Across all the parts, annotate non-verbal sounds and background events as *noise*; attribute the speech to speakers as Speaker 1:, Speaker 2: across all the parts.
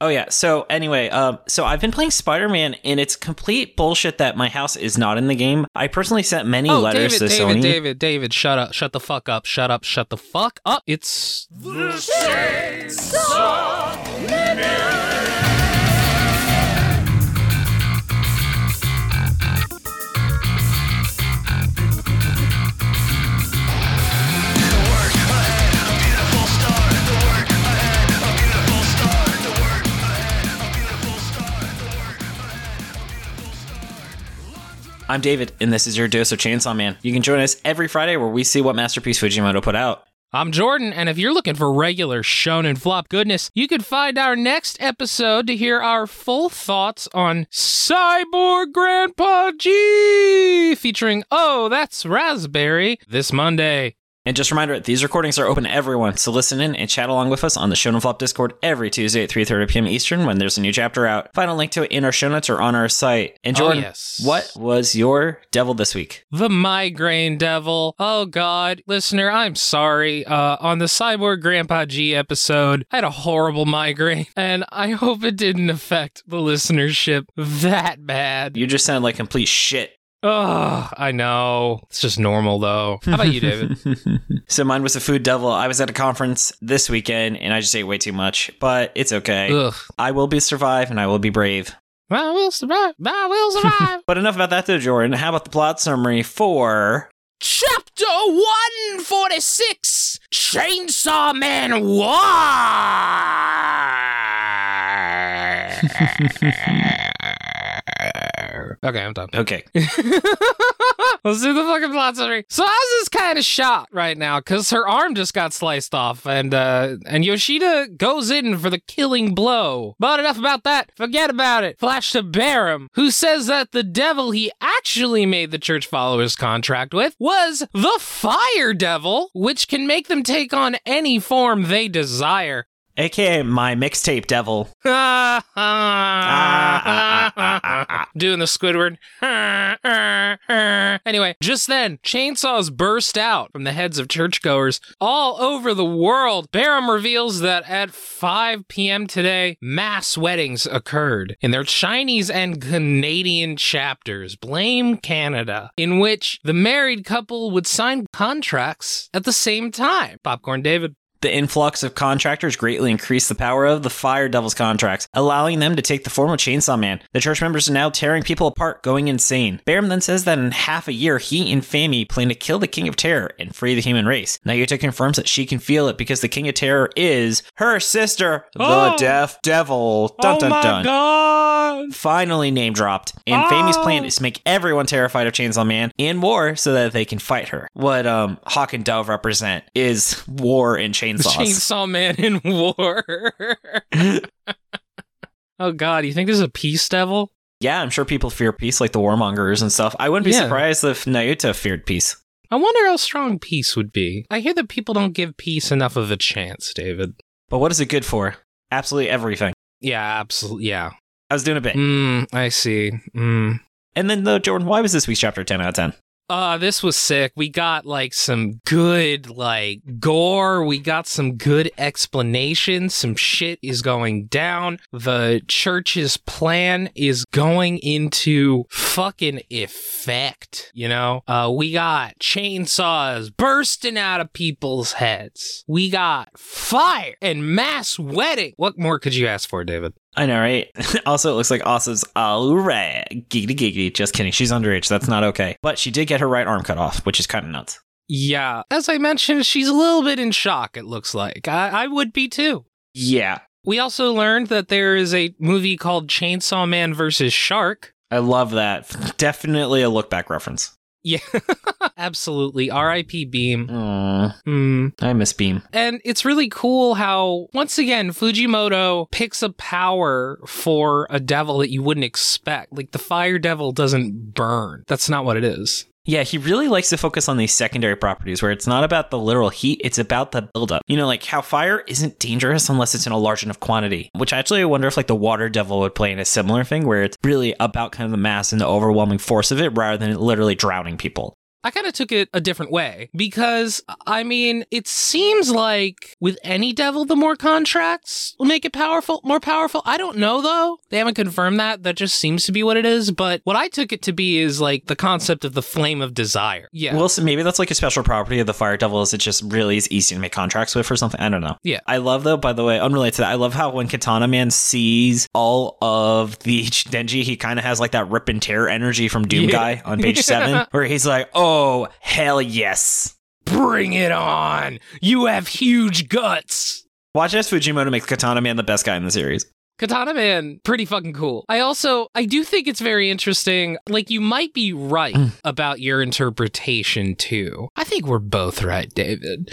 Speaker 1: Oh yeah. So anyway, um, so I've been playing Spider Man, and it's complete bullshit that my house is not in the game. I personally sent many
Speaker 2: oh,
Speaker 1: letters
Speaker 2: David,
Speaker 1: to
Speaker 2: David,
Speaker 1: Sony.
Speaker 2: David, David, shut up, shut the fuck up, shut up, shut the fuck up. It's
Speaker 1: I'm David, and this is your dose of Chainsaw Man. You can join us every Friday where we see what masterpiece Fujimoto put out.
Speaker 2: I'm Jordan, and if you're looking for regular shonen flop goodness, you can find our next episode to hear our full thoughts on Cyborg Grandpa G, featuring Oh, that's Raspberry, this Monday.
Speaker 1: And just a reminder, these recordings are open to everyone, so listen in and chat along with us on the Shonen Flop Discord every Tuesday at 3.30 p.m. Eastern when there's a new chapter out. Find a link to it in our show notes or on our site. And
Speaker 2: Oh,
Speaker 1: Jordan,
Speaker 2: yes.
Speaker 1: what was your devil this week?
Speaker 2: The migraine devil. Oh God, listener, I'm sorry. Uh, on the cyborg Grandpa G episode, I had a horrible migraine, *laughs* and I hope it didn't affect the listenership that bad.
Speaker 1: You just sound like complete shit.
Speaker 2: Ugh, I know. It's just normal though. How about
Speaker 1: *laughs*
Speaker 2: you, David?
Speaker 1: So mine was a food devil. I was at a conference this weekend and I just ate way too much, but it's okay.
Speaker 2: Ugh.
Speaker 1: I will be survive and I will be brave.
Speaker 2: I will survive. I will survive.
Speaker 1: But enough about that though, Jordan. How about the plot summary for
Speaker 2: Chapter 146 Chainsaw Man War. *laughs* okay, I'm done.
Speaker 1: Okay.
Speaker 2: *laughs* Let's do the fucking plot summary. So Oz is kind of shot right now because her arm just got sliced off, and uh, and Yoshida goes in for the killing blow. But enough about that. Forget about it. Flash to Barum, who says that the devil he actually made the church followers contract with was the Fire Devil, which can make them take on any form they desire.
Speaker 1: AKA my mixtape devil.
Speaker 2: *laughs* Doing the Squidward. *laughs* Anyway, just then, chainsaws burst out from the heads of churchgoers all over the world. Barham reveals that at 5 p.m. today, mass weddings occurred in their Chinese and Canadian chapters. Blame Canada, in which the married couple would sign contracts at the same time. Popcorn David.
Speaker 1: The influx of contractors greatly increased the power of the Fire Devil's contracts, allowing them to take the form of Chainsaw Man. The church members are now tearing people apart, going insane. Barum then says that in half a year, he and Fami plan to kill the King of Terror and free the human race. Nayuta confirms that she can feel it because the King of Terror is her sister,
Speaker 2: Oh.
Speaker 1: the Deaf Devil. Dun dun dun.
Speaker 2: god!
Speaker 1: Finally, name dropped, and
Speaker 2: Oh.
Speaker 1: Fami's plan is to make everyone terrified of Chainsaw Man and war so that they can fight her. What um Hawk and Dove represent is war
Speaker 2: *laughs*
Speaker 1: and chainsaws.
Speaker 2: Chainsaw Man in War. *laughs* oh God, you think this is a peace devil?
Speaker 1: Yeah, I'm sure people fear peace, like the warmongers and stuff. I wouldn't be
Speaker 2: Yeah.
Speaker 1: surprised if Nayuta feared peace.
Speaker 2: I wonder how strong peace would be. I hear that people don't give peace enough of a chance, David.
Speaker 1: But what is it good for? Absolutely everything.
Speaker 2: Yeah, absolutely. Yeah.
Speaker 1: I was doing a bit.
Speaker 2: Mm, I see. Mm.
Speaker 1: And then, though, Jordan, why was this week's chapter 10 out of 10?
Speaker 2: Uh, this was sick. We got like some good like gore. We got some good explanations. Some shit is going down. The church's plan is going into fucking effect. You know, uh, we got chainsaws bursting out of people's heads. We got fire and mass wedding. What more could you ask for, David?
Speaker 1: I know, right? *laughs* also, it looks like Asa's all right. Giggity giggity. Just kidding. She's underage. That's not okay. But she did get her right arm cut off, which is kind of nuts.
Speaker 2: Yeah, as I mentioned, she's a little bit in shock. It looks like I, I would be too.
Speaker 1: Yeah.
Speaker 2: We also learned that there is a movie called Chainsaw Man versus Shark. *laughs*
Speaker 1: I love that. Definitely a look back reference.
Speaker 2: Yeah, absolutely. R.I.P. Beam.
Speaker 1: Mm,
Speaker 2: Hmm.
Speaker 1: I miss Beam.
Speaker 2: And it's really cool how, once again, Fujimoto picks a power for a devil that you wouldn't expect. Like, the fire devil doesn't burn. That's not what it is.
Speaker 1: Yeah, he really likes to focus on these secondary properties where it's not about the literal heat, it's about the buildup. You know, like how fire isn't dangerous unless it's in a large enough quantity, which actually I wonder if like the water devil would play in a similar thing where it's really about kind of the mass and the overwhelming force of it rather than it literally drowning people.
Speaker 2: I kind of took it a different way because, I mean, it seems like with any devil, the more contracts will make it powerful, more powerful. I don't know though. They haven't confirmed that. That just seems to be what it is. But what I took it to be is like the concept of the flame of desire. Yeah.
Speaker 1: Well, so maybe that's like a special property of the Fire Devil is it just really is easy to make contracts with or something. I don't know.
Speaker 2: Yeah.
Speaker 1: I love though, by the way, unrelated to that, I love how when Katana Man sees all of the *laughs* Denji, he kind of has like that rip and tear energy from Doom
Speaker 2: Yeah.
Speaker 1: Guy on page
Speaker 2: *laughs*
Speaker 1: seven, where he's like, oh, hell yes.
Speaker 2: Bring it on. You have huge guts.
Speaker 1: Watch as Fujimoto makes Katana Man the best guy in the series.
Speaker 2: Katana Man, pretty fucking cool. I also, I do think it's very interesting. Like, you might be right about your interpretation, too. I think we're both right, David.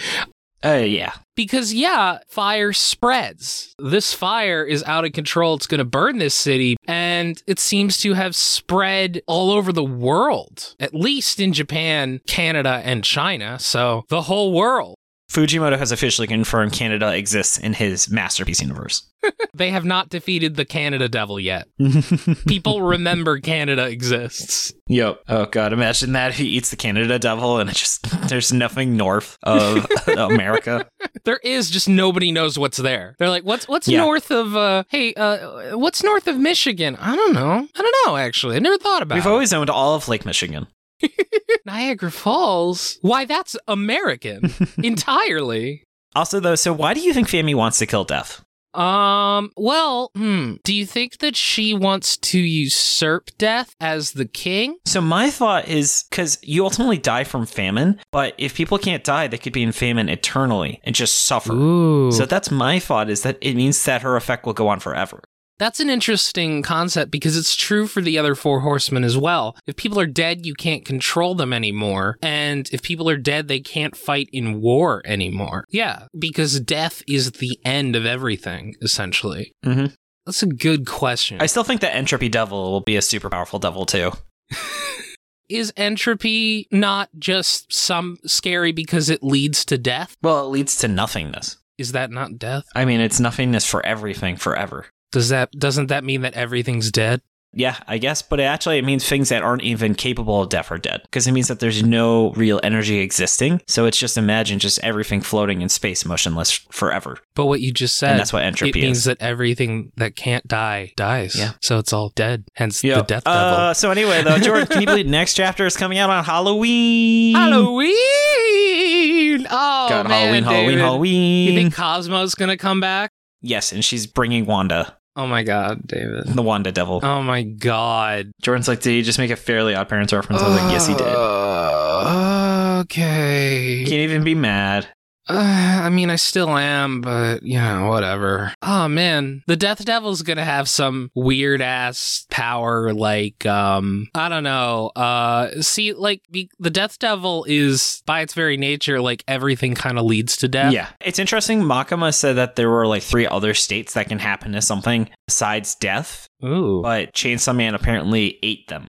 Speaker 2: Oh,
Speaker 1: Uh, yeah.
Speaker 2: Because, yeah, fire spreads. This fire is out of control. It's going to burn this city. And it seems to have spread all over the world, at least in Japan, Canada, and China. So, the whole world. *laughs*
Speaker 1: Fujimoto has officially confirmed Canada exists in his masterpiece universe. *laughs*
Speaker 2: They have not defeated the Canada devil yet.
Speaker 1: *laughs*
Speaker 2: People remember Canada exists.
Speaker 1: Yep. Oh god, imagine that he eats the Canada devil and it just *laughs* there's nothing north *laughs* of America.
Speaker 2: There is just nobody knows what's there. They're like, what's what's
Speaker 1: Yeah.
Speaker 2: north of uh hey uh what's north of Michigan? I don't know. I don't know actually. I never thought about
Speaker 1: We've
Speaker 2: it.
Speaker 1: always owned all of Lake Michigan.
Speaker 2: Niagara Falls. Why that's
Speaker 1: *laughs*
Speaker 2: American entirely.
Speaker 1: Also though, so why do you think Fami wants to kill Death?
Speaker 2: Um well, hmm, do you think that she wants to usurp death as the king?
Speaker 1: So my thought is cuz you ultimately die from famine, but if people can't die, they could be in famine eternally and just suffer.
Speaker 2: Ooh.
Speaker 1: So that's my thought is that it means that her effect will go on forever.
Speaker 2: That's an interesting concept because it's true for the other four horsemen as well. If people are dead, you can't control them anymore. And if people are dead, they can't fight in war anymore. Yeah, because death is the end of everything, essentially.
Speaker 1: hmm
Speaker 2: That's a good question.
Speaker 1: I still think that Entropy Devil will be a super powerful devil too.
Speaker 2: is entropy not just some scary because it leads to death?
Speaker 1: Well, it leads to nothingness.
Speaker 2: Is that not death?
Speaker 1: I mean, it's nothingness for everything forever.
Speaker 2: Does that doesn't that mean that everything's dead?
Speaker 1: Yeah, I guess, but it actually it means things that aren't even capable of death or dead because it means that there's no real energy existing. So it's just imagine just everything floating in space, motionless forever,
Speaker 2: But what you just said
Speaker 1: and that's what
Speaker 2: it
Speaker 1: entropy
Speaker 2: means
Speaker 1: is.
Speaker 2: that everything that can't die dies.
Speaker 1: Yeah.
Speaker 2: So it's all dead. Hence the
Speaker 1: Yep.
Speaker 2: death devil.
Speaker 1: Uh, so anyway, though, Jordan, can you believe next chapter is coming out on Halloween?
Speaker 2: Halloween. Oh
Speaker 1: God,
Speaker 2: man,
Speaker 1: Halloween, Halloween,
Speaker 2: David. You
Speaker 1: Halloween.
Speaker 2: think Cosmo's gonna come back?
Speaker 1: yes, and she's bringing Wanda,
Speaker 2: Oh my god, David.
Speaker 1: the Wanda devil.
Speaker 2: Oh my god.
Speaker 1: Jordan's like, did he just make a Fairly Odd Parents reference? I was like, yes, he
Speaker 2: uh,
Speaker 1: did.
Speaker 2: Okay.
Speaker 1: Can't even be mad.
Speaker 2: Uh, I mean, I still am, but you know, whatever. Oh man, the Death Devil's gonna have some weird ass power, like um, I don't know. Uh, see, like be- the Death Devil is by its very nature, like everything kind of leads to death.
Speaker 1: Yeah. It's interesting. Makama said that there were like three other states that can happen to something besides death,
Speaker 2: Ooh. *laughs*
Speaker 1: but Chainsaw Man apparently ate them.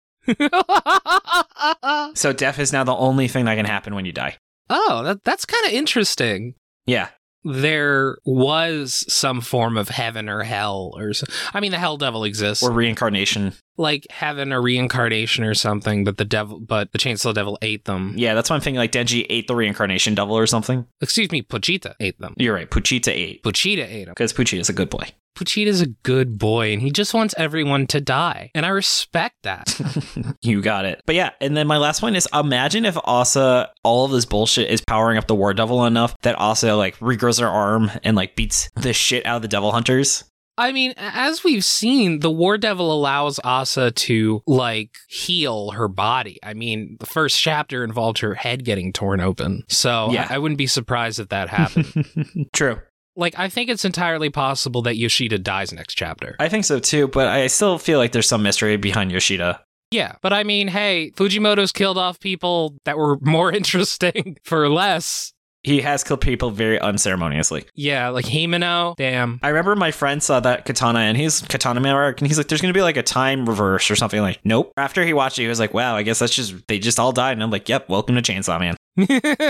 Speaker 2: oh,
Speaker 1: So death is now the only thing that can happen when you die.
Speaker 2: that, that's kind of interesting.
Speaker 1: Yeah.
Speaker 2: There was some form of heaven or hell, or so- I mean, the hell devil exists,
Speaker 1: Or reincarnation.
Speaker 2: like heaven or reincarnation or something. But the devil, but the chainsaw devil ate them.
Speaker 1: Yeah, that's one thing. Like Denji ate the reincarnation devil or something.
Speaker 2: Excuse me, Puchita ate them.
Speaker 1: You're right. Puchita ate.
Speaker 2: Puchita ate them.
Speaker 1: Because Puchita's a good boy. *laughs*
Speaker 2: Puchita's a good boy, and he just wants everyone to die, and I respect that.
Speaker 1: *laughs* you got it. But yeah, and then my last point is imagine if Asa all of this bullshit is powering up the war devil enough that Asa like regrows her arm and like beats the shit out of the devil hunters.
Speaker 2: I mean, as we've seen, the War Devil allows Asa to like heal her body. I mean, the first chapter involved her head getting torn open, so
Speaker 1: Yeah.
Speaker 2: I-, I wouldn't be surprised if
Speaker 1: *laughs*
Speaker 2: that happened.
Speaker 1: True.
Speaker 2: like, I think it's entirely possible that Yoshida dies next chapter.
Speaker 1: I think so too, but I still feel like there's some mystery behind Yoshida.
Speaker 2: yeah, but I mean, hey, Fujimoto's killed off people that were more *laughs* interesting for less.
Speaker 1: He has killed people very unceremoniously.
Speaker 2: Yeah, like Himeno. Damn. *laughs*
Speaker 1: I remember my friend saw that katana and he's katana man arc and he's like, there's gonna be like a time reverse or something like nope. After he watched it, he was like, Wow, I guess that's just they just all died and I'm like, Yep, welcome to Chainsaw Man.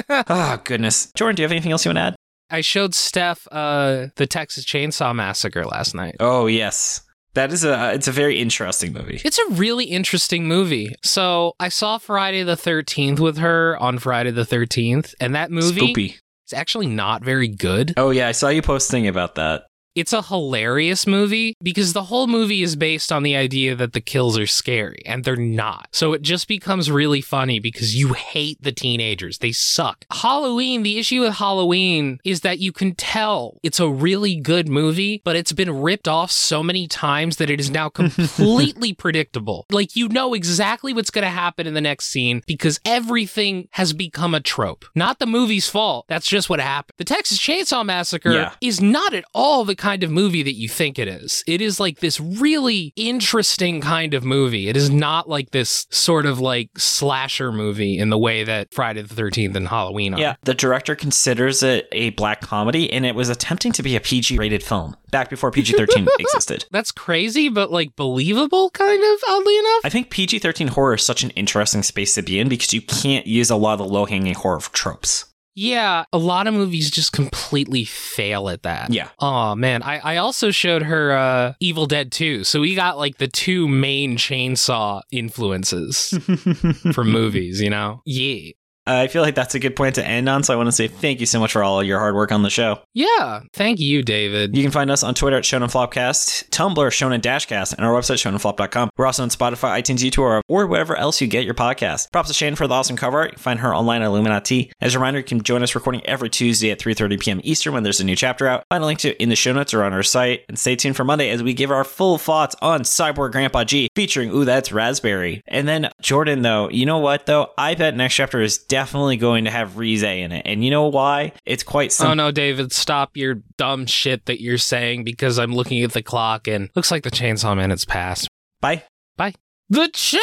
Speaker 1: Oh goodness. Jordan, do you have anything else you wanna add?
Speaker 2: I showed Steph uh, the Texas Chainsaw Massacre last night.
Speaker 1: Oh yes. That is a it's a very interesting movie.
Speaker 2: It's a really interesting movie. So I saw Friday the 13th with her on Friday the 13th, and that movie
Speaker 1: Spoopy.
Speaker 2: is actually not very good.
Speaker 1: Oh yeah, I saw you posting about that.
Speaker 2: It's a hilarious movie because the whole movie is based on the idea that the kills are scary, and they're not. So it just becomes really funny because you hate the teenagers. They suck. Halloween, the issue with Halloween is that you can tell it's a really good movie, but it's been ripped off so many times that it is now completely predictable. Like, you know exactly what's going to happen in the next scene because everything has become a trope. Not the movie's fault. That's just what happened. The Texas Chainsaw Massacre
Speaker 1: Yeah.
Speaker 2: is not at all the kind of movie that you think it is. It is like this really interesting kind of movie. It is not like this sort of like slasher movie in the way that Friday the 13th and Halloween are.
Speaker 1: Yeah, the director considers it a black comedy, and it was attempting to be a PG rated film back before PG 13 existed.
Speaker 2: That's crazy, but like believable, kind of, oddly enough.
Speaker 1: I think PG 13 horror is such an interesting space to be in because you can't use a lot of the low hanging horror tropes.
Speaker 2: Yeah, a lot of movies just completely fail at that.
Speaker 1: Yeah.
Speaker 2: Oh man, I, I also showed her uh, Evil Dead 2. So we got like the two main chainsaw
Speaker 1: *laughs*
Speaker 2: influences from movies, you know? Yeah.
Speaker 1: I feel like that's a good point to end on, so I want to say thank you so much for all your hard work on the show.
Speaker 2: Yeah. Thank you, David.
Speaker 1: You can find us on Twitter at Shonen Flopcast, Tumblr Shonen Dashcast, and our website ShonenFlop.com. We're also on Spotify, iTunes, YouTube, or wherever else you get your podcast. Props to Shannon for the awesome cover art. You can find her online at Illuminati. As a reminder, you can join us recording every Tuesday at 3:30 p.m. Eastern when there's a new chapter out. Find a link to it in the show notes or on our site. And stay tuned for Monday as we give our full thoughts on Cyborg Grandpa G, featuring Ooh That's Raspberry. And then Jordan, though, you know what though? I bet next chapter is definitely going to have Rize in it. And you know why? It's quite simple.
Speaker 2: Oh no, David, stop your dumb shit that you're saying because I'm looking at the clock and looks like the chainsaw minute's passed.
Speaker 1: Bye.
Speaker 2: The chainsaw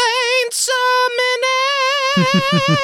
Speaker 2: minute!